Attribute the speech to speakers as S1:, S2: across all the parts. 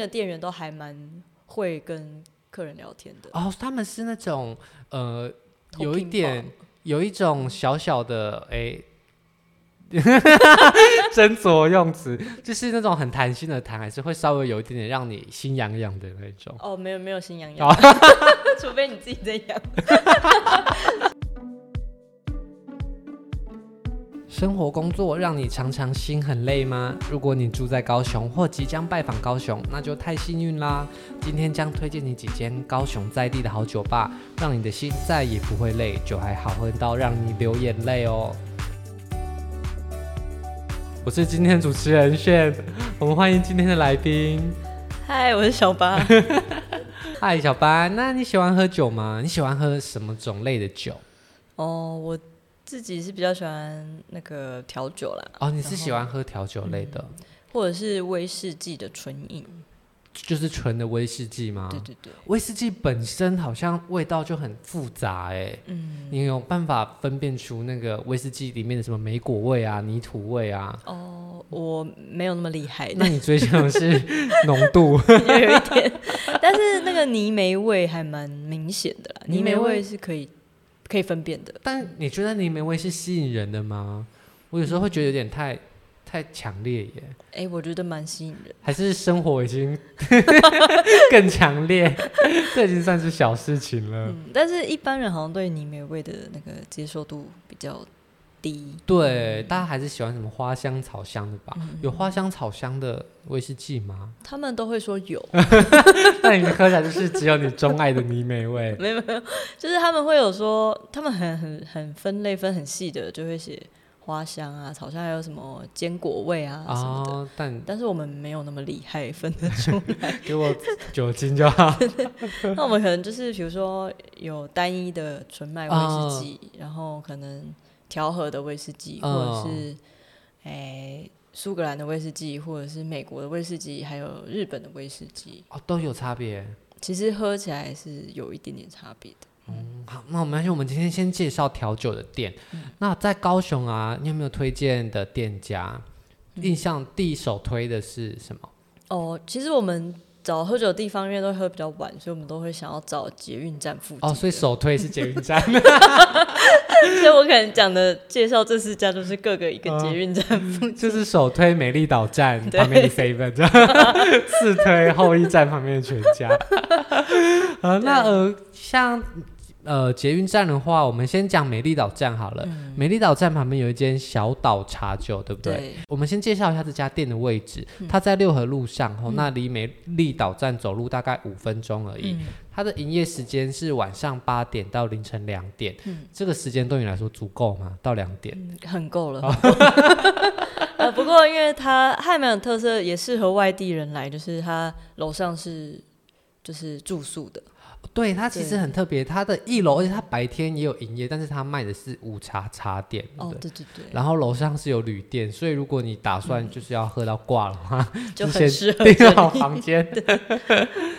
S1: 的店员都还蛮会跟客人聊天的。
S2: 哦，他们是那种呃，
S1: Talking
S2: 有一点
S1: bar
S2: 有一种小小的哎，斟酌用词，就是那种很谈心的谈，还是会稍微有一点点让你心痒痒的那种。
S1: 哦，没有没有心 痒
S2: 哦
S1: 痒， 除非你自己在养。
S2: 生活工作让你常常心很累吗？如果你住在高雄或即将拜访高雄，那就太幸运啦！今天将推荐你几间高雄在地的好酒吧，让你的心再也不会累，酒还好喝到让你流眼泪哦。我是今天的主持人炫，我们欢迎今天的来宾。
S1: 嗨，我是小八。
S2: 嗨，小白，那你喜欢喝酒吗？你喜欢喝什么种类的酒？
S1: 哦，我自己是比较喜欢那个调酒啦，
S2: 哦，你是喜欢喝调酒类的，
S1: 或者是威士忌的纯饮。
S2: 就是纯的威士忌吗？
S1: 对对对，
S2: 威士忌本身好像味道就很复杂哎、
S1: 嗯，
S2: 你有办法分辨出那个威士忌里面的什么莓果味啊、泥土味啊？
S1: 哦，我没哎有那么厉害的
S2: 那，你追求的是浓度
S1: 有一点，但是那个泥煤味还蛮明显的啦，
S2: 泥
S1: 泥
S2: 煤
S1: 煤
S2: 味
S1: 味是可以可以分辨的。
S2: 但你觉得泥煤味是吸引人的吗？我有时候会觉得有点太太强烈耶，
S1: 哎、我觉得蛮吸引人。
S2: 还是生活已经 更强烈？ 这已经算是小事情了。
S1: 嗯，但是一般人好像对泥煤味的那个接受度比较低。
S2: 对，大家还是喜欢什么花香草香的吧？
S1: 嗯
S2: 有花香草香的威士忌吗？
S1: 他们都会说有，
S2: 那你喝起来就是只有你钟爱的泥煤味。
S1: 没有没有，就是他们会有说，他们很很很分类分很细的，就会写花香啊、草香，还有什么坚果味啊什么的。
S2: 哦，但
S1: 但是我们没有那么厉害分 得出来，
S2: 给我酒精就好。
S1: 那我们可能就是比如说有单一的纯麦威士忌，然后可能调和的威士忌，或者是诶、苏格兰的威士忌，或者是美国的威士忌，还有日本的威士忌。
S2: 哦，都有差别。
S1: 其实喝起来是有一点点差别的。
S2: 嗯，好，那我们我们今天先介绍调酒的店。
S1: 嗯
S2: 那在高雄啊，你有没有推荐的店家？
S1: 嗯
S2: 印象第一首推的是什么？
S1: 哦，其实我们找喝酒的地方，因为都喝比较晚，所以我们都会想要找捷运站附近。
S2: 哦， 所以首推是捷运站。
S1: 所以我可能讲的介绍这四家都是各个一个捷运站附近。
S2: 就是首推美丽岛站
S1: 对
S2: 旁边的 seven，这样 次推后一站旁边的全 家。呃，那呃，像呃捷运站的话，我们先讲美丽岛站好了。美丽岛站旁边有一间小岛茶酒，对不对？
S1: 嗯对，嗯
S2: 我们先介绍一下这家店的位置，它在六合路上，哦，那离美丽岛站走路大概五分钟而已。
S1: 嗯
S2: 它的营业时间是晚上八点到凌晨两点，这个时间对你来说足够吗？到两点？
S1: 嗯很够
S2: 哦
S1: 了。很够 呃，不过因为它还蛮有特色，也适合外地人来，就是它楼上是就是住宿的，
S2: 对，它其实
S1: 对
S2: 很特别，它的一楼，而且它白天也有营业，但是它卖的是午茶茶点，对不
S1: 哦
S2: 嗯
S1: 对
S2: 对，
S1: 对对，嗯
S2: 然后楼上是有旅店，所以如果你打算就是要喝到挂的话，
S1: 就
S2: 之前
S1: 很适合 这
S2: 订好
S1: 里。
S2: 房间。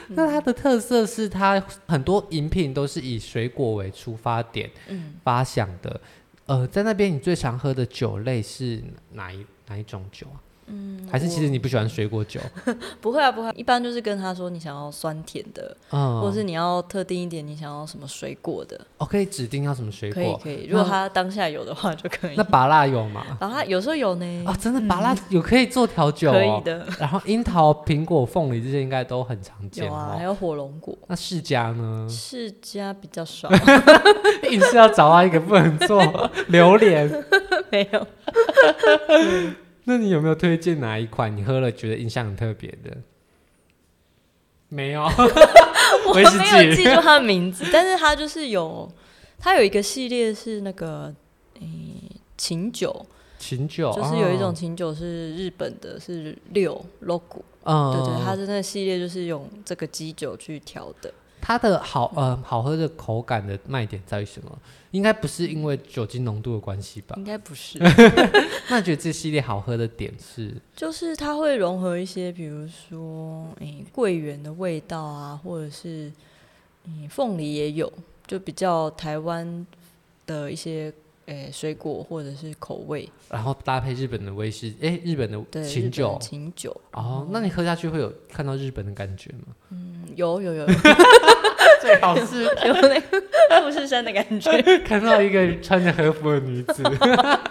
S2: 那它的特色是它很多饮品都是以水果为出发点
S1: 嗯，
S2: 发想的。呃，在那边你最常喝的酒类是哪一哪一种酒啊？嗯，还是其实你不喜欢水 果酒？
S1: 不会啊不会啊，一般就是跟他说你想要酸甜的，
S2: 嗯，
S1: 或是你要特定一点，你想要什么水果的，
S2: 哦，可以指定要什么水
S1: 可以
S2: 果？
S1: 可以。如果他当下有的话就可以
S2: 那。芭辣有吗？
S1: 然后他有时候有呢，
S2: 啊，真的芭辣有可以做调酒
S1: 嗯可
S2: 哦
S1: 以。的，
S2: 然后樱桃、苹果、凤梨这些应该都很常见
S1: 有啊，还
S2: 哦。嗯
S1: 有火龙果。？
S2: 那世家呢
S1: 世家比较少，
S2: 硬是要找到一个不能 做榴莲。
S1: 没 有。
S2: 那你有没有推荐哪一款你喝了觉得印象很特别的？没有，
S1: 我
S2: 威士忌
S1: 没有记住他的名字，但是他就是有，他有一个系列是那个，诶、琴酒，
S2: 琴酒 哦
S1: 就是有一种，琴酒是日本的，是六 logo，、
S2: 哦嗯，
S1: 对对，它是那个系列就是用这个基酒去调的，
S2: 它的好呃好喝的口感的卖点在于什么？应该不是因为酒精浓度的关系吧？
S1: 应该不是，
S2: 那你觉得这系列好喝的点是？
S1: 就是它会融合一些，比如说，诶、桂圆的味道啊，或者是，嗯，凤梨也有，就比较台湾的一些诶、水果或者是口味，
S2: 然后搭配日本的威士，哎，日本
S1: 对，
S2: 的
S1: 日
S2: 琴
S1: 本
S2: 酒。
S1: 琴酒，
S2: 哦，那你喝下去会有看到日本的感觉吗？
S1: 嗯，有有有
S2: 最好是
S1: 有那个富士山的感觉，
S2: 看到一个穿着和服的女子。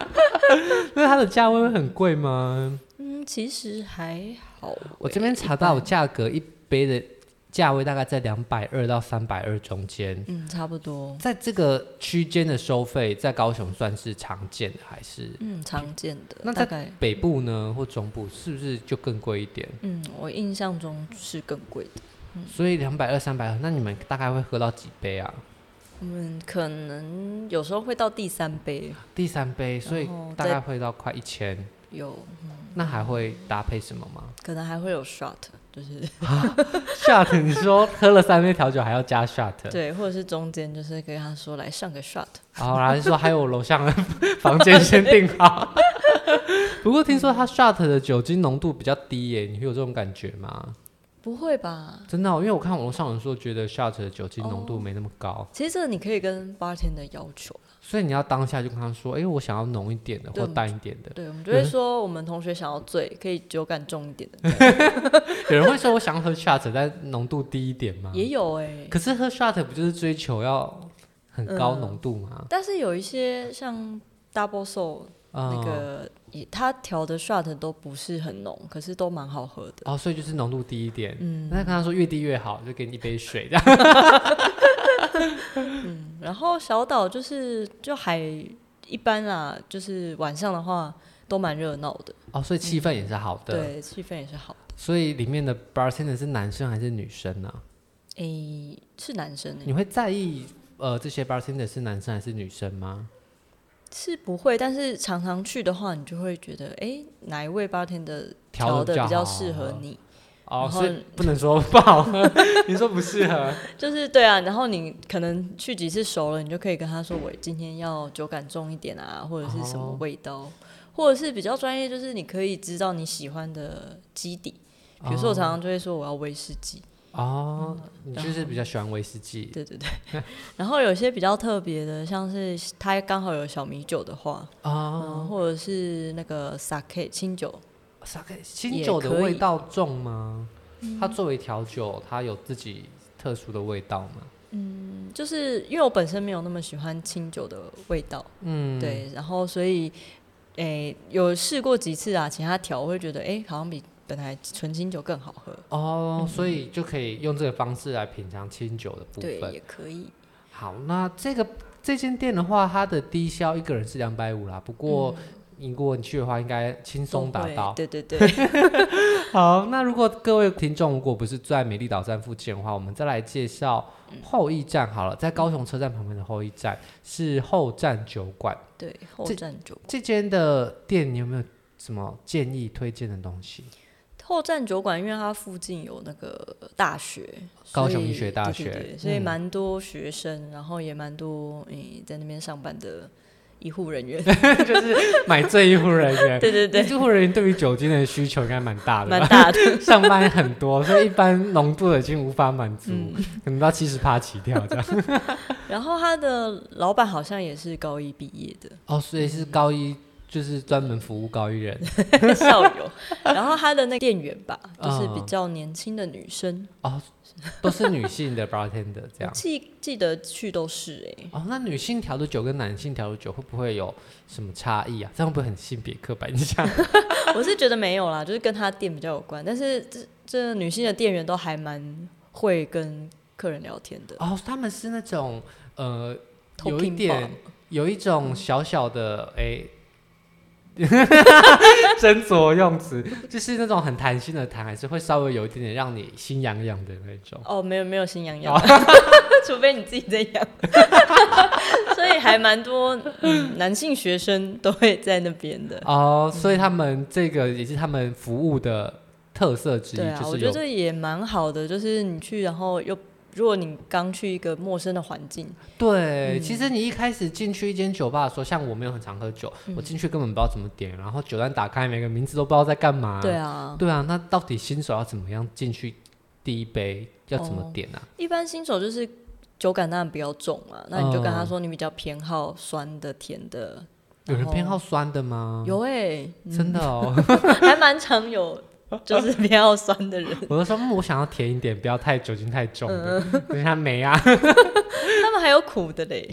S2: 那它的价位会很贵吗？
S1: 嗯，其实还好，
S2: 我这边查到，价格一杯的价位大概在两百二到三百二中间，
S1: 嗯，差不多，
S2: 在这个区间的收费，在高雄算是常见的，还是
S1: 嗯，常见的，
S2: 那
S1: 大
S2: 在
S1: 概，
S2: 北部呢或中部是不是就更贵一点？
S1: 嗯，我印象中是更贵的，
S2: 所以两百二、三百二，那你们大概会喝到几杯啊？
S1: 我们可能有时候会到第三杯，
S2: 第三杯，所以
S1: 然后
S2: 大
S1: 再
S2: 概会到快一千。
S1: 有
S2: 那还会搭配什么吗
S1: 可能还会有 shot，就是
S2: ？shot，你说喝了三杯调酒还要加 shot？
S1: 对，或者是中间就是跟他说来上个 shot，
S2: 好，然后就说还有我楼上的房间先订好。 不过听说它 shot 的酒精浓度比较低耶，你会有这种感觉吗？
S1: 不会吧？
S2: 真的哦、因为我看网络上有人说觉得 shot 的酒精浓度没那么高，
S1: 其实这个你可以跟 bartender 要求，
S2: 所以你要当下就跟他说，哎、我想要浓一点的
S1: 对
S2: 或淡一点的。
S1: 对，我们就会说我们同学想要醉，可以酒感重一点的，
S2: 有人会说我想要喝 shot，但浓度低一点吗？
S1: 也有哎、
S2: 可是喝 shot 不就是追求要很高
S1: 嗯
S2: 浓度吗？
S1: 但是有一些像 double soul
S2: 嗯
S1: 那个也，它调的 shot 都不是很浓，可是都蛮好喝的。
S2: 哦，所以就是浓度低一点。
S1: 嗯
S2: 那跟他说越低越好，就给你一杯水这样。
S1: 嗯然后小岛就是就还一般啦，就是晚上的话都蛮热闹的，
S2: 哦，所以气氛也是好的。
S1: 嗯对，气氛也是好的。
S2: 所以里面的 bartender 是男生还是女生呢、
S1: 诶，是男生诶、
S2: 你会在意呃这些 bartender 是男生还是女生吗？
S1: 是不会，但是常常去的话，你就会觉得，诶，哪一位 bartender
S2: 调
S1: 的
S2: 得
S1: 比
S2: 比较
S1: 较
S2: 好
S1: 适合你？
S2: 哦
S1: 然，后
S2: 所以不能说不好 喝，你说不适合。
S1: 就是对啊，然后你可能去几次熟了，你就可以跟他说我今天要酒感重一点啊，或者是什么
S2: 哦
S1: 味道，或者是比较专业，就是你可以知道你喜欢的基底。比如说我常常就会说我要威士忌，
S2: 哦，你就是比较喜欢威士忌
S1: 对对对。 然后有些比较特别的，像是它刚好有小米酒的话，
S2: 哦，
S1: 嗯，或者是那个 sake 清酒，
S2: 啥个清
S1: 也
S2: 酒的
S1: 可
S2: 味
S1: 以嗯
S2: 道重吗？它作为调酒，它有自己特殊的味道吗？
S1: 嗯就是因为我本身没有那么喜欢清酒的味道，
S2: 嗯，，
S1: 对，然后所以，诶、有试过几次啊，其他调我会觉得，诶，好像比本来纯清酒更好喝。嗯
S2: 哦，所以就可以用这个方式来品尝清酒的部
S1: 对，
S2: 分。
S1: 也可以。
S2: 好，那这个这间店的话，它的低消一个人是两百五啦。不
S1: 嗯
S2: 过，你如果你去的话，应该轻
S1: 都
S2: 松达
S1: 会
S2: 到。
S1: 对对 对，
S2: 好，那如果各位听众如果不是住在美丽岛站附近的话，我们再来介绍
S1: 嗯
S2: 后驿站好了，在高雄车站旁边的后驿站是后站酒馆。
S1: 对后
S2: 这
S1: 站酒
S2: 这间的店你有没有什么建议推荐的 东西？
S1: 后站酒馆，因为它附近有那个大学，
S2: 高
S1: 所
S2: 雄医
S1: 以
S2: 学大
S1: 对
S2: 学
S1: 对对所以
S2: 嗯
S1: 蛮多学生，然后也蛮多诶、在那边上班的医护人 员。
S2: 就是买醉医护人员。
S1: 对对对，
S2: 医护人员对于酒精的需求应该蛮大的吧，
S1: 蛮大的。
S2: 上班很多，所以一般浓度已经无法满足，可能到七十趴起跳这样。
S1: 然后他的老板好像也是高一毕业的，
S2: 哦，所以是高一，就是专门服务高一人。
S1: 校友，然后他的那个店员吧，
S2: 嗯
S1: 就是比较年轻的女生，
S2: 哦，都是女性的 bartender 这
S1: 我
S2: 样。
S1: 记记得去都是哎、
S2: 哦，那女性调的酒跟男性调的酒会不会有什么差异啊？这样会不会很性别刻板印象？
S1: 我是觉得没有啦，就是跟他店比较有关，但是这这女性的店员都还蛮会跟客人聊天的，
S2: 哦，他们是那种呃，有一
S1: Talking
S2: 点
S1: bar
S2: 有一种小小的哎。 斟酌用词， 就是那种很弹性的弹，还是会稍微有一点点让你心痒痒的那种。
S1: 哦，没有没有心痒痒， 除非你自己在养， 所以还蛮多、嗯男性学生都会在那边的。
S2: 哦，所
S1: 嗯
S2: 以他们这个也是他们服务的特色之一，
S1: 对啊，
S2: 就
S1: 我
S2: 是
S1: 觉得
S2: 有
S1: 这也蛮好的，就是你去，然后又如果你刚去一个陌生的环境，嗯
S2: 对。其实你一开始进去一间酒吧的时候，像我没有很常喝酒，
S1: 嗯
S2: 我进去根本不知道怎么点，然后酒单打开，每个名字都不知道在干嘛。
S1: 对，啊，
S2: 对啊，那到
S1: 哦
S2: 底新手要怎么样进去第一杯要怎么点啊？
S1: 一般新手就是酒感当然比较重嘛，那你就跟他
S2: 嗯
S1: 说你比较偏好酸的、甜的。
S2: 有人
S1: 然后
S2: 偏好酸的吗？
S1: 有哎、
S2: 真的哦，
S1: 嗯还蛮常有，就是偏好酸的人。
S2: 我就说嗯我想要甜一点，不要太酒精太重的。
S1: 嗯
S2: 等一下没啊，
S1: 他们还有苦的嘞。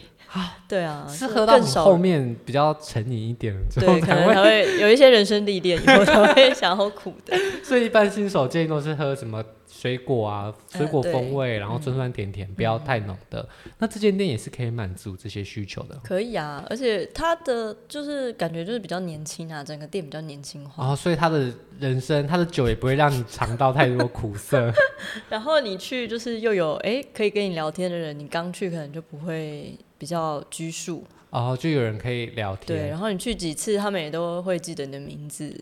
S1: 对啊，
S2: 是
S1: 就
S2: 喝到
S1: 更
S2: 你
S1: 少
S2: 后面比较成瘾一点了之后
S1: 对，可
S2: 才
S1: 能才
S2: 会。
S1: 会有一些人生历练，以后才会想要苦的。
S2: 所以一般新手建议都是喝什么水果啊，水果
S1: 呃对
S2: 风味，然后酸酸甜甜，不要太浓的。那这间店也是可以满足这些需求的。
S1: 可以啊，而且他的就是感觉就是比较年轻啊，整个店比较年轻化。
S2: 哦，所以他的人生，他的酒也不会让你尝到太多苦涩。
S1: 然后你去就是又有哎、可以跟你聊天的人，你刚去可能就不会比较拘束。
S2: 哦，就有人可以聊
S1: 对，
S2: 天。
S1: 然后你去几次，他们也都会记得你的名字。，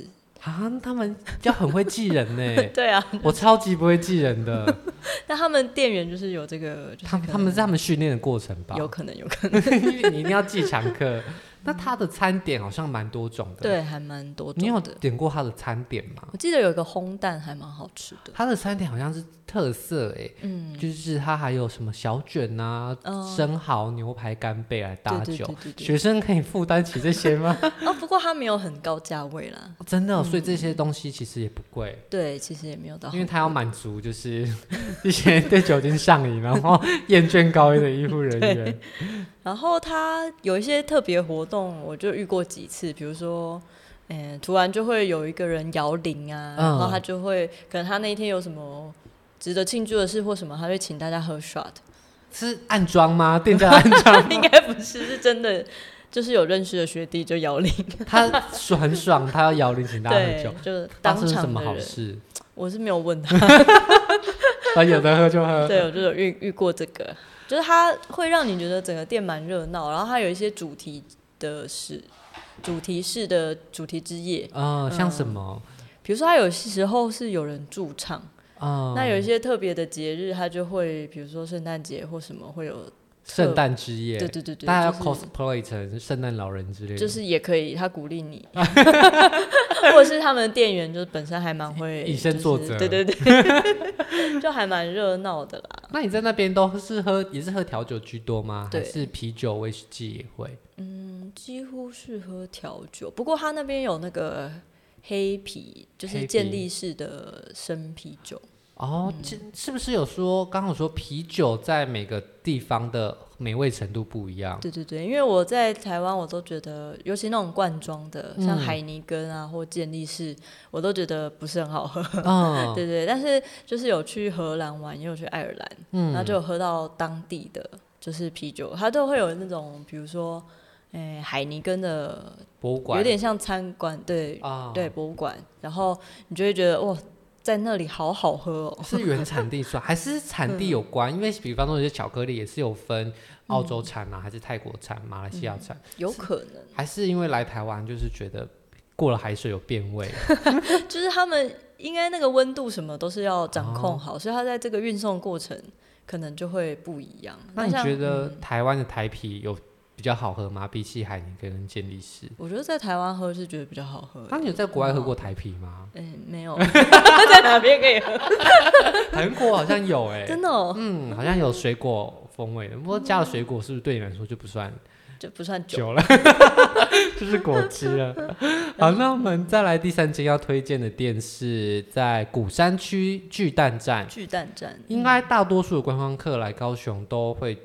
S2: 啊，他们要很会记人呢
S1: 对啊，
S2: 我超级不会记 人的。
S1: 那他们店员就是有这个，就是
S2: 他
S1: 可
S2: 他们
S1: 能
S2: 是他们训练的过程吧？
S1: 有可能有可能，
S2: 因为你一定要记常客。那他的餐点好像蛮多种的。，
S1: 对，还蛮多
S2: 你有
S1: 种的。
S2: 点过他的餐点吗？
S1: 我记得有一个烘蛋还蛮好吃的，
S2: 他的餐点好像是特色哎、
S1: 嗯，
S2: 就是他还有什么小卷啊、
S1: 哦
S2: 生蚝、牛排、干贝来搭
S1: 对对
S2: 酒。
S1: 对对对
S2: 学生可以负担起这 些吗？
S1: 啊，不过它没有很高价位啦，
S2: 真的哦、所以这些东西其实也不贵。
S1: 对，其实也没有到
S2: 因
S1: 很，
S2: 为他要满足就是 一些对酒精上瘾，然后厌倦高一的医护 人员。
S1: 然后它有一些特别活动，我就遇过几次，比如说。嗯，突然就会有一个人摇铃啊，
S2: 嗯
S1: 然后他就会，可能他那一天有什么值得庆祝的事或什么，他会请大家喝 shot，
S2: 是暗装吗？店 家暗装？
S1: 应该不是，是真的，就是有认识的学弟就摇 铃，
S2: 他爽很爽，他要摇铃请大家喝
S1: 对
S2: 酒。，
S1: 就是
S2: 发
S1: 当
S2: 生什
S1: 场
S2: 么
S1: 的
S2: 好
S1: 人，
S2: 事？
S1: 我是没有问他，
S2: 啊，有的喝就喝。
S1: 对我就有遇遇过这个，就是它会让你觉得整个店蛮热闹，然后它有一些主题的是主题式的主题之夜，
S2: 啊、像什么？
S1: 比如说它有些时候是有人驻唱，
S2: 啊、
S1: 那有一些特别的节日，它就会比如说圣诞节或什么会有，
S2: 圣诞之夜，
S1: 对对对对，
S2: 大家要
S1: 就是
S2: cosplay 成圣诞老人之类的。
S1: 就是也可以，他鼓励 你，或者是他们的店员就是本身还蛮会
S2: 以身作则
S1: 就是对对对， 就还蛮热闹的啦。
S2: 那你在那边都是喝，也是喝调酒居多吗？还
S1: 对
S2: 是啤酒、威士忌也会？
S1: 嗯几乎是喝调酒，不过他那边有那个黑啤，就
S2: 黑
S1: 是
S2: 啤
S1: 健力士的生啤酒。
S2: 哦，
S1: 嗯
S2: 这是不是有说，刚刚我说啤酒在每个地方的美味程度不一样？
S1: 对对对，因为我在台湾，我都觉得，尤其那种罐装的，像海尼根啊或健力士，我都觉得不是很好喝。
S2: 嗯，
S1: 对对，但是就是有去荷兰玩，也有去爱尔兰，
S2: 嗯
S1: 然后就有喝到当地的就是啤酒，它都会有那种，比如说，诶、海尼根的，
S2: 博物馆
S1: 有点像餐馆，对，
S2: 啊，
S1: 对，博物馆，然后你就会觉得哇，在那里好好喝哦。
S2: 是原产地算，还是产地
S1: 嗯
S2: 有关？因为比方说有些巧克力也是有分澳洲产啊，还是泰国产、马来西
S1: 嗯
S2: 亚产，
S1: 有可能，
S2: 还是因为来台湾就是觉得过了海水有变味，
S1: 就是他们应该那个温度什么都是要掌
S2: 哦
S1: 控好，所以它在这个运送过程可能就会不一样。
S2: 那你
S1: 像嗯
S2: 觉得台湾的台啤有比较好喝吗？比起海尼根跟健力士？
S1: 我觉得在台湾喝是觉得比较好喝
S2: 那、
S1: 欸。
S2: 你有在国外喝过台啤吗？
S1: 嗯，没有， 在哪边可以喝？
S2: 韩国好像有哎、
S1: 真的哦，
S2: 嗯，好像有水果风味的。不过加了水果是不是对你来说就不算
S1: 就不算酒。
S2: 酒了，就是果汁了？好，那我们再来第三间要推荐的店是在鼓山区巨蛋站，
S1: 巨蛋站，
S2: 应该大多数的观光客来高雄都会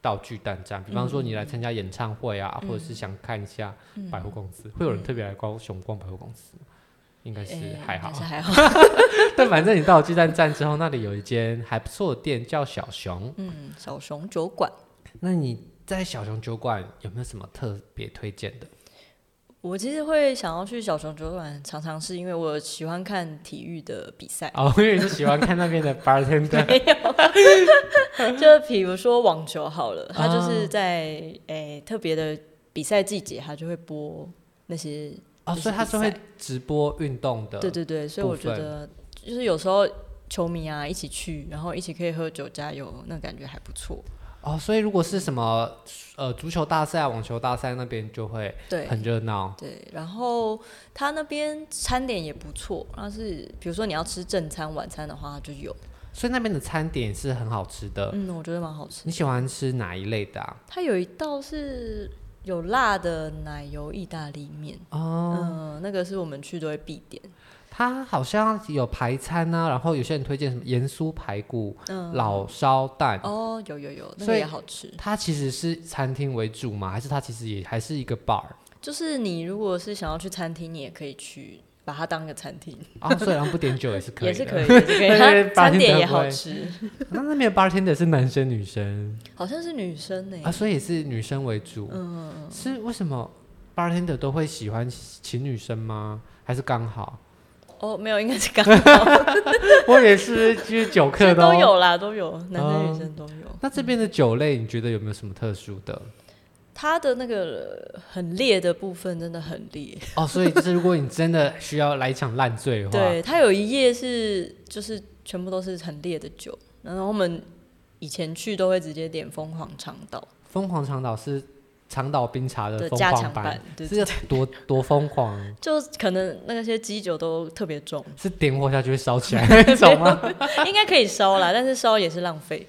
S2: 到巨蛋站，比方说你来参加演唱会啊，
S1: 嗯
S2: 或者是想看一下百货公司，会有人特别来高雄逛百货公司吗，应该是
S1: 诶
S2: 还好
S1: 还。哎是还 好。
S2: 但反正你到了巨蛋站之后，那里有一间还不错的店叫小熊，
S1: 嗯，小熊酒馆，
S2: 那你在小熊酒馆有没有什么特别推荐的？
S1: 我其实会想要去小熊酒馆，常常是因为我喜欢看体育的比赛。
S2: 哦， 因为你是喜欢看那边的 bartender
S1: 就比如说网球好了，它
S2: 啊
S1: 就是在诶、特别的比赛季节，它就会播那些，
S2: 哦，所以他是会直播运动的，
S1: 对对对，所以我觉得就是有时候球迷啊一起去，然后一起可以喝酒加油，那感觉还不错。
S2: 哦，所以如果是什么呃足球大赛啊、网球大赛那边就会
S1: 对
S2: 很热闹。
S1: 对，然后它那边餐点也不错，但是比如说你要吃正餐、晚餐的话，它就有
S2: 所以那边的餐点是很好吃的。
S1: 嗯，我觉得蛮好吃
S2: 你。喜欢吃哪一类的啊？
S1: 它有一道是有辣的奶油意大利面，
S2: 哦，
S1: 嗯、那个是我们去都会必点。
S2: 它好像有排餐啊，然后有些人推荐什么盐酥排骨、
S1: 嗯，
S2: 老烧蛋。
S1: 哦，有有有，那
S2: 哎所
S1: 个
S2: 以
S1: 也好吃。
S2: 它其实是餐厅为主嘛，还是它其实也还是一个 bar
S1: 就是你如果是想要去餐厅，你也可以去把它当个餐厅，
S2: 啊？所以然后不点酒也是可以，
S1: 也是可以，
S2: 以。
S1: 也是 可以。
S2: 对
S1: 它
S2: 对
S1: 餐点也
S2: 八
S1: 好
S2: 天
S1: 吃，
S2: 那那边的 bartender 是男生女生
S1: 好像是女生欸呢、
S2: 啊，所以也是女生为主。
S1: 嗯，
S2: 是为什么 bartender 都会喜欢请女生吗？还是 刚好？
S1: 哦，没有，应该是刚 好，
S2: 我也是，就是酒
S1: 其
S2: 客
S1: 实
S2: 都
S1: 都。有啦，都有，男
S2: 嗯
S1: 生女生都有。
S2: 那这边的酒类，你觉得有没有什么特殊的？
S1: 它的那个很烈的部分真的很烈，
S2: 哦，所以就是如果你真的需要来一场烂醉的话，
S1: 对， 它有啊一页是就是全部都是很烈的酒，然后我们以前去都会直接点凤凰长岛
S2: 疯狂长岛是长岛冰茶的
S1: 的
S2: 疯
S1: 加强
S2: 狂
S1: 呃版
S2: 版，，
S1: 对，
S2: 是要多多疯狂，
S1: 就可能那些基酒都特别重，
S2: 是点火下去会烧起来那种吗？
S1: 应该可以烧啦，但是烧也是浪费。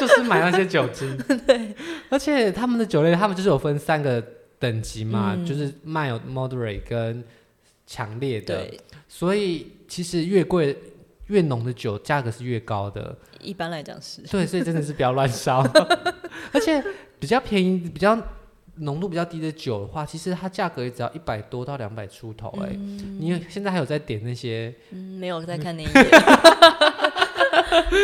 S2: 就是买那些酒 精。对，而且他们的酒类，他们就是有分三个等级嘛，
S1: 嗯
S2: 就是慢、有 moderate 跟强烈的。
S1: 对，啊
S2: 所以其实越贵越浓的酒价格是越 高的，
S1: 一般来讲是，
S2: 对，所以真的是不要乱烧。 而且比较便宜、比较浓度比较低的酒的话，其实它价格也只要一百多到两百出头、哎、你有现在还有在点那些
S1: 嗯，没有在看那一页。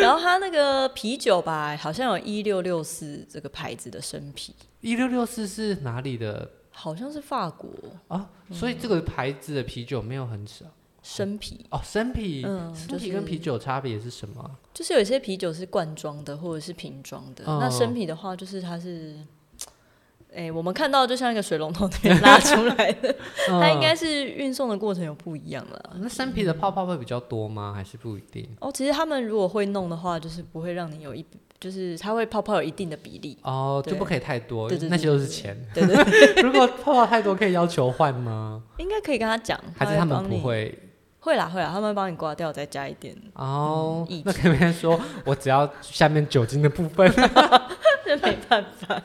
S1: 然后它那个啤酒吧，好像有一六六四这个牌子的生啤，
S2: 一六六四是哪里的
S1: 好像是法国
S2: 啊？所以这个牌子的啤酒没有很少
S1: 生啤。
S2: 哦。生啤，
S1: 嗯
S2: 生
S1: 就是
S2: 啤跟啤酒差别是什么啊？
S1: 就是有一些啤酒是罐装的或者是瓶装的，
S2: 哦
S1: 那生啤的话就是它是，哎、我们看到就像一个水龙头那边拉出来 的，它
S2: 哦
S1: 应该是运送的过程有不一样啦。
S2: 那生啤的泡泡会比较多吗？还是不一定？
S1: 哦，其实他们如果会弄的话，就是不会让你有一，就是它会泡泡有一定的比例，
S2: 哦，就
S1: 对
S2: 不可以太多
S1: 对对，对
S2: 那些都是
S1: 对
S2: 钱。
S1: 对对对，
S2: 如果泡泡太多，可以要求换吗？
S1: 应该可以跟他讲，
S2: 还是他们
S1: 帮你
S2: 不？会？
S1: 会啦会啦，他们会帮你刮掉再加一点，
S2: 哦
S1: 嗯，
S2: 那可能说我只要下面酒精的部分。
S1: 这 没办法。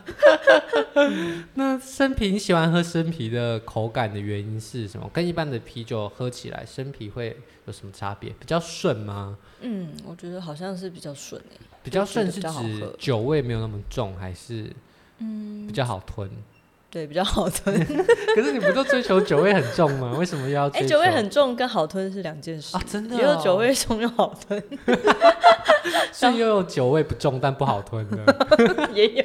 S2: 那生啤，你喜欢喝生啤的口感的原因是什么？跟一般的啤酒喝起来，生啤会有什么差别？比较顺吗？
S1: 嗯，我觉得好像是比较顺欸诶、
S2: 比较顺
S1: 就是比较好
S2: 指
S1: 喝
S2: 酒味没有那么重，还是嗯比较好吞？
S1: 对，比较好吞。
S2: 可是你不都追求酒味很重 吗？为什么又要
S1: 哎、
S2: 追求？
S1: 酒味很重跟好吞是两件事
S2: 啊，，真的、
S1: 也有
S2: 哦，
S1: 酒，味重又好吞。
S2: 是又有酒味不重但不好 吞的
S1: 也有。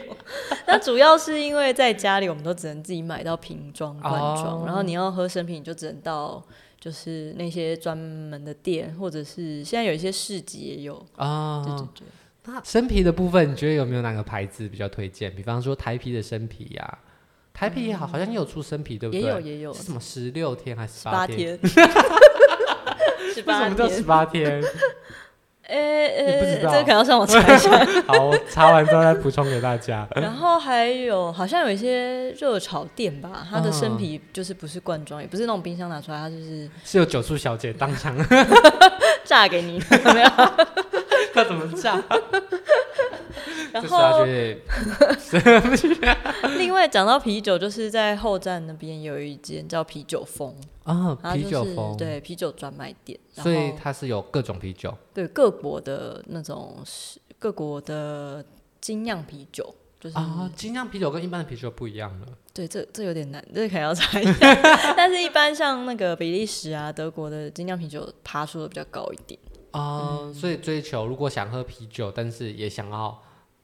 S1: 那主要是因为在家里，我们都只能自己买到瓶装、罐装，
S2: 哦
S1: 然后你要喝生啤，你就只能到就是那些专门的店，或者是现在有一些市集也有。
S2: 啊。
S1: 对对对，
S2: 那生啤的部分，你觉得有没有哪个牌子比较推荐？比方说台啤的生啤呀、台啤也好，好像也有出生啤，对不对？
S1: 嗯也有也有
S2: 是什么十六天还是
S1: 十
S2: 十八
S1: 八
S2: 天？
S1: 天， 十
S2: 为什
S1: 八
S2: 么叫十
S1: 天。
S2: 八天？
S1: 哎
S2: 你不
S1: 哎，
S2: 知道
S1: 这个可能要上网查一下。
S2: 好，我查完之后再补充给大家。
S1: 然后还有，好像有一些热炒店吧，它的生啤
S2: 嗯
S1: 就是不是罐装，也不是那种冰箱拿出来，它就是
S2: 是有酒醋小姐当场，
S1: 炸给你，没有。
S2: 要怎么 炸？
S1: 然
S2: 这是大
S1: 后
S2: 学
S1: 另外讲到啤酒，就是在后站那边有一间叫啤酒风，
S2: 啊，
S1: 它就
S2: 啤
S1: 是
S2: 酒风，，
S1: 对啤酒专卖店，然
S2: 所以
S1: 后
S2: 它是有各种啤酒
S1: 对各国的那种是各国的精酿啤酒，就是、
S2: 啊。精酿啤酒跟一般的啤酒不一样了。
S1: 对这这有点难，这可能要查一 下。但是，一般像那个比利时啊、德国的精酿啤酒爬树的比较高一点，
S2: 啊、所以追求如果想喝啤酒，但是也想要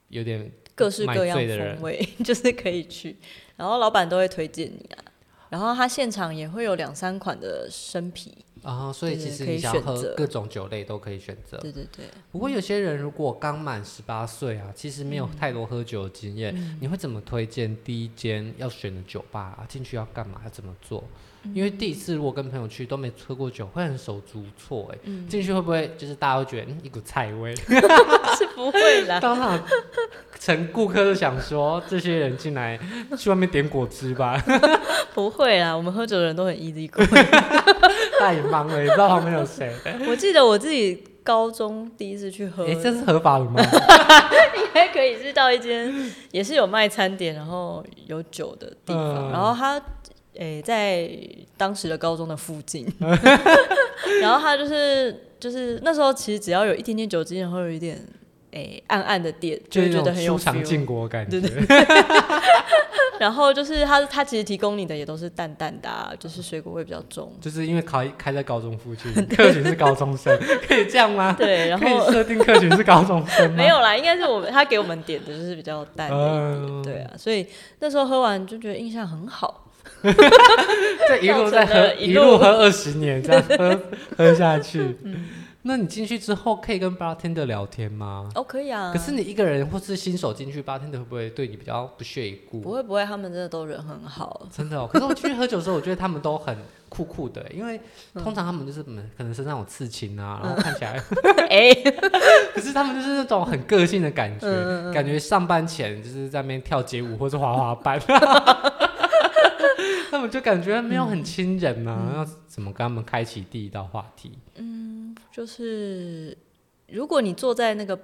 S2: 有点
S1: 各式各样
S2: 买醉的人
S1: 风味，就是可以去。然后老板都会推荐你啊。然后他现场也会有两三款的生啤，
S2: 啊、所以
S1: 对
S2: 其
S1: 对
S2: 实
S1: 可
S2: 你
S1: 以
S2: 想要
S1: 选
S2: 喝
S1: 择
S2: 各种酒类都可以选择。嗯
S1: 对对对。
S2: 不过有些人如果刚满十八岁啊，其实没有太多喝酒的经验，你会怎么推荐第一间要选的酒吧啊？进去要干嘛？要怎么做？因为第一次如果跟朋友去都没喝过酒，会很手足无措哎、进去会不会就是大家会觉得、嗯、一股菜味？
S1: 是不会啦。
S2: 当场成顾客就想说，这些人进来去外面点果汁吧，
S1: 不会啦，我们 喝酒的人都很 easy going。
S2: 大眼盲了，也不知道旁边有谁。
S1: 我记得我自己高中第一次去喝，
S2: 哎、这是合法 的吗？
S1: 应该可以是到一间也是有卖餐点，然后有酒的地方。
S2: 嗯
S1: 然后他诶、在当时的高中的附 近， 然后他就是就是那时候其实只要有一点点酒精，然后有一点诶、暗暗的店，就
S2: 就是
S1: 会觉
S2: 那
S1: 得
S2: 种
S1: 很有
S2: 舒场
S1: feel。
S2: 禁果的感觉
S1: 对。然后就是他他其实提供你的也都是淡淡的、啊，就是水果味比较 重。
S2: 就是因为开开在高 中附近，客群是高中生，可以这样吗？
S1: 对，然
S2: 可以
S1: 后
S2: 设定客群是高中生 吗？
S1: 没有啦，应该是我们他给我们点的就是比较淡的一点，
S2: 嗯
S1: 对啊，所以那时候喝完就觉得印象很好，
S2: 这一路再
S1: 造成
S2: 喝，
S1: 了
S2: 一
S1: 一
S2: 路
S1: 路
S2: 喝二十 年，这样喝喝下去。
S1: 嗯
S2: 那你进去之后可以跟 bartender 聊天吗？
S1: 哦，可以啊。
S2: 可是你一个人或是新手进去，bartender 会不会对你比较不屑一
S1: 不
S2: 顾？
S1: 会不会，他们真的都人很 好，
S2: 真的哦，可是我去喝酒的时候，我觉得他们都很酷酷的，欸因为通常他们就是嗯可能身上有刺青啊，
S1: 嗯
S2: 然后看起来，
S1: 哎、
S2: 可是他们就是那种很个性的感
S1: 嗯
S2: 觉，感觉上班前就是在那边跳街舞或是滑滑板， 他们就感觉没有很亲人嘛，
S1: 嗯
S2: 要怎么跟他们开启第一道话题？
S1: 就是如果你坐在那个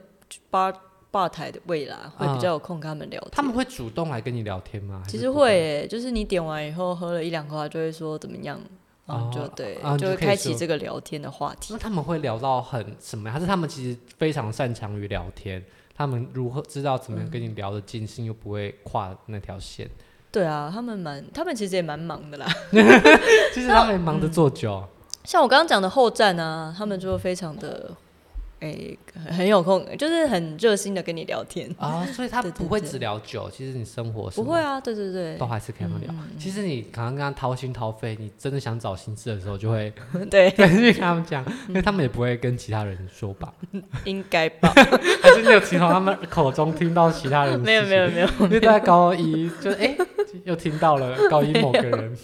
S1: 吧吧台的位啦，会
S2: 啊
S1: 比较有空跟他们聊天。
S2: 他们会主动来跟你聊天吗？还是
S1: 其实
S2: 不
S1: 会、欸，就是你点完以后喝了一两口，他就会说怎么样，嗯，就对，
S2: 啊你
S1: 就
S2: 就
S1: 会
S2: 可以
S1: 开启
S2: 说
S1: 这个聊天的话题
S2: 那。他们会聊到很什么呀？还是他们其实非常擅长于聊天？他们如何知道怎么样
S1: 嗯
S2: 跟你聊得尽兴，又不会跨那条线？
S1: 对啊，他们蛮，他们其实也蛮忙的啦。
S2: 其实他们忙着做酒，
S1: 像我刚刚讲的后站啊，他们就非常的，诶、很有空，就是很热心的跟你聊天。
S2: 啊，所以他
S1: 嗯对对
S2: 不会
S1: 对
S2: 只聊酒。其实你生活什
S1: 不
S2: 么
S1: 会嗯啊，对对对
S2: 都，还是可以跟他聊。其实你刚刚跟他掏心掏肺，你真的想找心事的时候，就
S1: 嗯
S2: 会
S1: 对，
S2: 跟跟他们讲，因为他们也不会跟其他人说 吧？
S1: 应该 吧？
S2: 还是你有从他们口中听到其他人的事情？
S1: 没有没有没有，
S2: 因为在高一就 哎、又听到了高一某个人，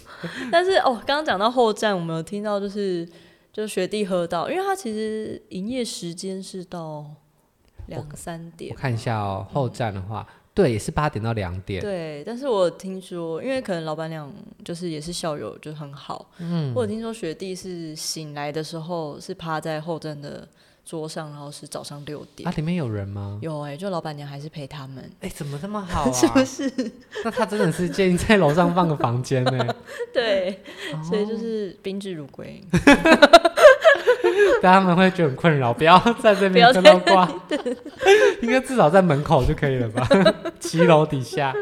S1: 但是哦，刚刚讲到后站，我们有听到就是就是学弟喝到，因为他其实营业时间是到两三
S2: 我
S1: 点，
S2: 看一下哦，后站的话，对，也是八点到两点，
S1: 对。但是我听说，因为可能老板娘就是也是校友，就很好。嗯，我有听说学弟是醒来的时候是趴在后站的桌上，然后是早上六点。
S2: 啊，里面有欸人吗？
S1: 有哎、就老板娘还是陪他们，
S2: 哎、怎么这么好啊？是不是？那他真的是建议在楼上放个房间呢、
S1: 对，
S2: 哦
S1: 所以就是宾至如 归。
S2: 但他们会觉得很困扰，不要在这
S1: 不要
S2: 边
S1: 在
S2: 跟到挂， 应该至少在门口就可以了吧？ 骑楼 底下。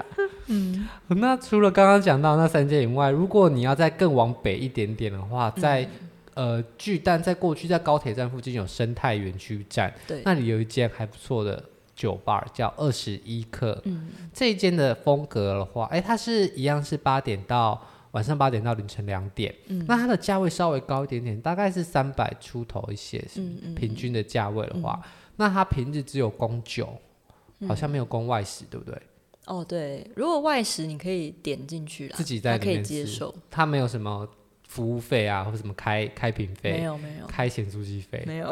S2: 嗯，那除了刚刚讲到那三间以外，如果你要再更往北一点点的话，
S1: 嗯
S2: 在、呃巨蛋，在过去在高铁站附近有生态园区站，
S1: 对，
S2: 那里有一间还不错的酒吧叫二十一克，
S1: 嗯，
S2: 这一间的风格的话，哎，它是一样是八点到晚上八点到凌晨两点，
S1: 嗯
S2: 那它的价位稍微高一点点，大概是三百出头一些，是
S1: 嗯嗯
S2: 平均的价位的话，那它平日只有供酒，好像没有供外食，对不对？
S1: 哦对，如果外食你可以点进去啦，
S2: 自己在
S1: 他
S2: 里
S1: 可以
S2: 面
S1: 接
S2: 吃
S1: 受，
S2: 它没有什么服务费啊，或者什么开开瓶
S1: 没
S2: 费、
S1: 有没有
S2: 开咸酥鸡费。哦
S1: 没有，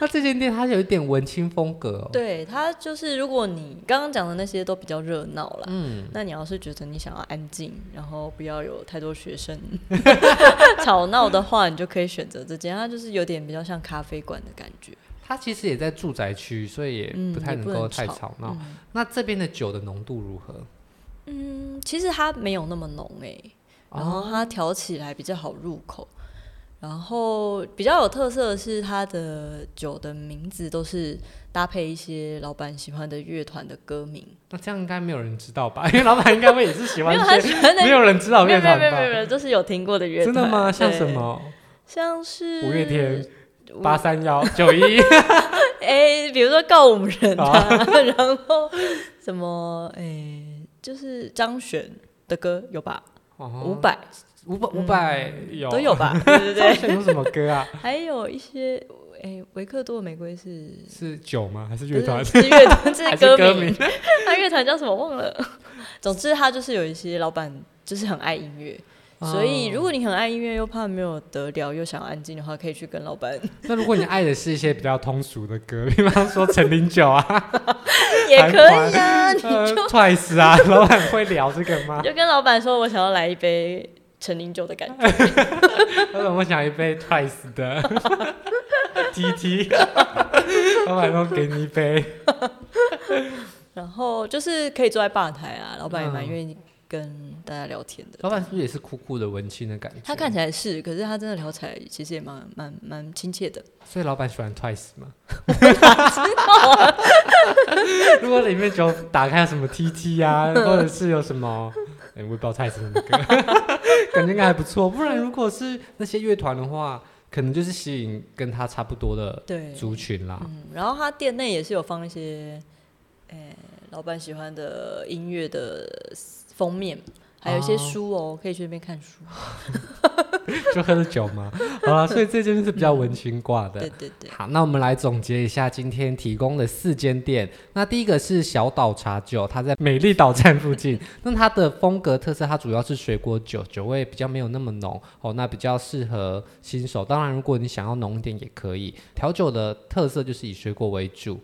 S2: 那这间店它有一点文青风格、哦，
S1: 对他就是如果你刚刚讲的那些都比较热闹啦，
S2: 嗯，
S1: 那你要是觉得你想要安静，然后不要有太多学 生 吵闹的话，你就可以选择这间，它就是有点比较像咖啡馆的感觉，
S2: 它其实也在住宅区，所以也
S1: 嗯
S2: 不太
S1: 也
S2: 能
S1: 不
S2: 够
S1: 能
S2: 太
S1: 吵
S2: 吵闹。那这边的酒的浓度如何？
S1: 嗯，其实它没有那么浓哎、然后它调起来比较好入口。然后比较有特色的是，它的酒的名字都是搭配一些老板喜欢的乐团的歌名，
S2: 那这样应该没有人知道吧？因为老板应该会也是喜欢
S1: 没有
S2: 一
S1: 他
S2: 些
S1: 喜欢的
S2: 没有人知道
S1: 没
S2: 乐
S1: 有没有
S2: 团
S1: 没有没有没
S2: 吧？
S1: 有，就是有听过的乐
S2: 真
S1: 团。
S2: 的吗？像
S1: 对
S2: 什？么
S1: 像是
S2: 五月天、
S1: 五
S2: 八三幺、九一
S1: 哎，比如说告五人啊，然后什么哎，就是张悬的歌有吧？伍
S2: 哦
S1: 佰
S2: 五百五百有
S1: 都有 吧？对对对，
S2: 有什么歌 啊？
S1: 还有一些哎，维克多玫瑰是
S2: 是酒吗？还是乐团
S1: 不？是是乐团，这
S2: 嗯还
S1: 是
S2: 是
S1: 歌
S2: 歌
S1: 名
S2: 名？
S1: 他乐团叫什么忘 了。总之，他就是有一些老板就是很爱音乐，
S2: 哦
S1: 所以如果你很爱音乐又怕没有得聊又想安静的话，可以去跟老 板
S2: 那如果你爱的是一些比较通俗的歌，比方说陈零九 啊、
S1: 也可以啊。你
S2: 呃 Twice 啊，老板会聊这个吗？
S1: 就跟老板说，我想要来一杯陈零酒的感觉。
S2: 老板，我想一杯 Twice 的。 T T，老板说给你一杯。
S1: 然后就是可以坐在吧台啊，老板也
S2: 嗯
S1: 蛮愿意跟大家聊天的。
S2: 老板是不是也是酷酷的文青的感觉？
S1: 他看起来是，可是他真的聊起来其实也蛮蛮蛮亲切的。
S2: 所以老板喜欢 Twice 吗？如果里面就打开什么 TT 啊，或者是有什么，哎、我也不知道 Twice 是什么歌， 感觉应该还不错。不然如果是那些乐团的话，可能就是吸引跟他差不多的
S1: 对，
S2: 族群啦。
S1: 嗯，然后他店内也是有放一些，呃、老板喜欢的音乐的封面，还有一些
S2: 哦
S1: 书哦，可以去那边看书。
S2: 就喝着酒嘛。好啦，所以这间是比较文青挂的
S1: 对。对对，
S2: 好，那我们来总结一下今天提供的四间店。那第一个是小岛茶酒，它在美丽岛站 附近。那它的风格特色，它主要是水果酒，酒味比较没有那么浓哦，那比较适合新手。当然，如果你想要浓一点也可以。调酒的特色就是以水果为主。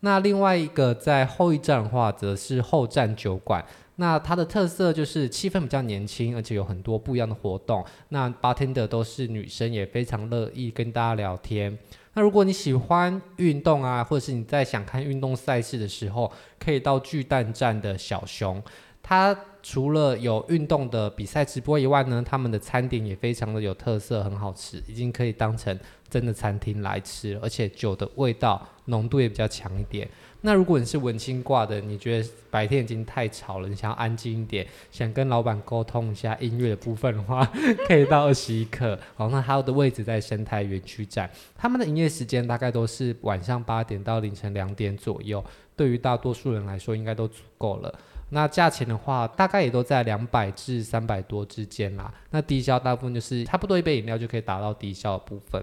S2: 那另外一个在后一站的话，则是后站酒馆。那它的特色就是气氛比较年轻，而且有很多不一样的活动。那 bartender 都是女生，也非常乐意跟大家聊天。那如果你喜欢运动啊，或者是你在想看运动赛事的时候，可以到巨蛋站的小熊，它除了有运动的比赛直播以外呢，他们的餐点也非常的有特色，很好吃，已经可以当成真的餐厅来吃了，而且酒的味道浓度也比较强一点。那如果你是文青挂的，你觉得白天已经太吵了，你想要安静一点，想跟老板沟通一下音乐的部分的话， 可以到二十一克。好，那它的位置在生态园区站。他们的营业时间大概都是晚上八点到凌晨两点左右，对于大多数人来说应该都足够了。那价钱的话，大概也都在两百至三百多之间啦。那低消大部分就是差不多一杯饮料就可以达到低消的部分。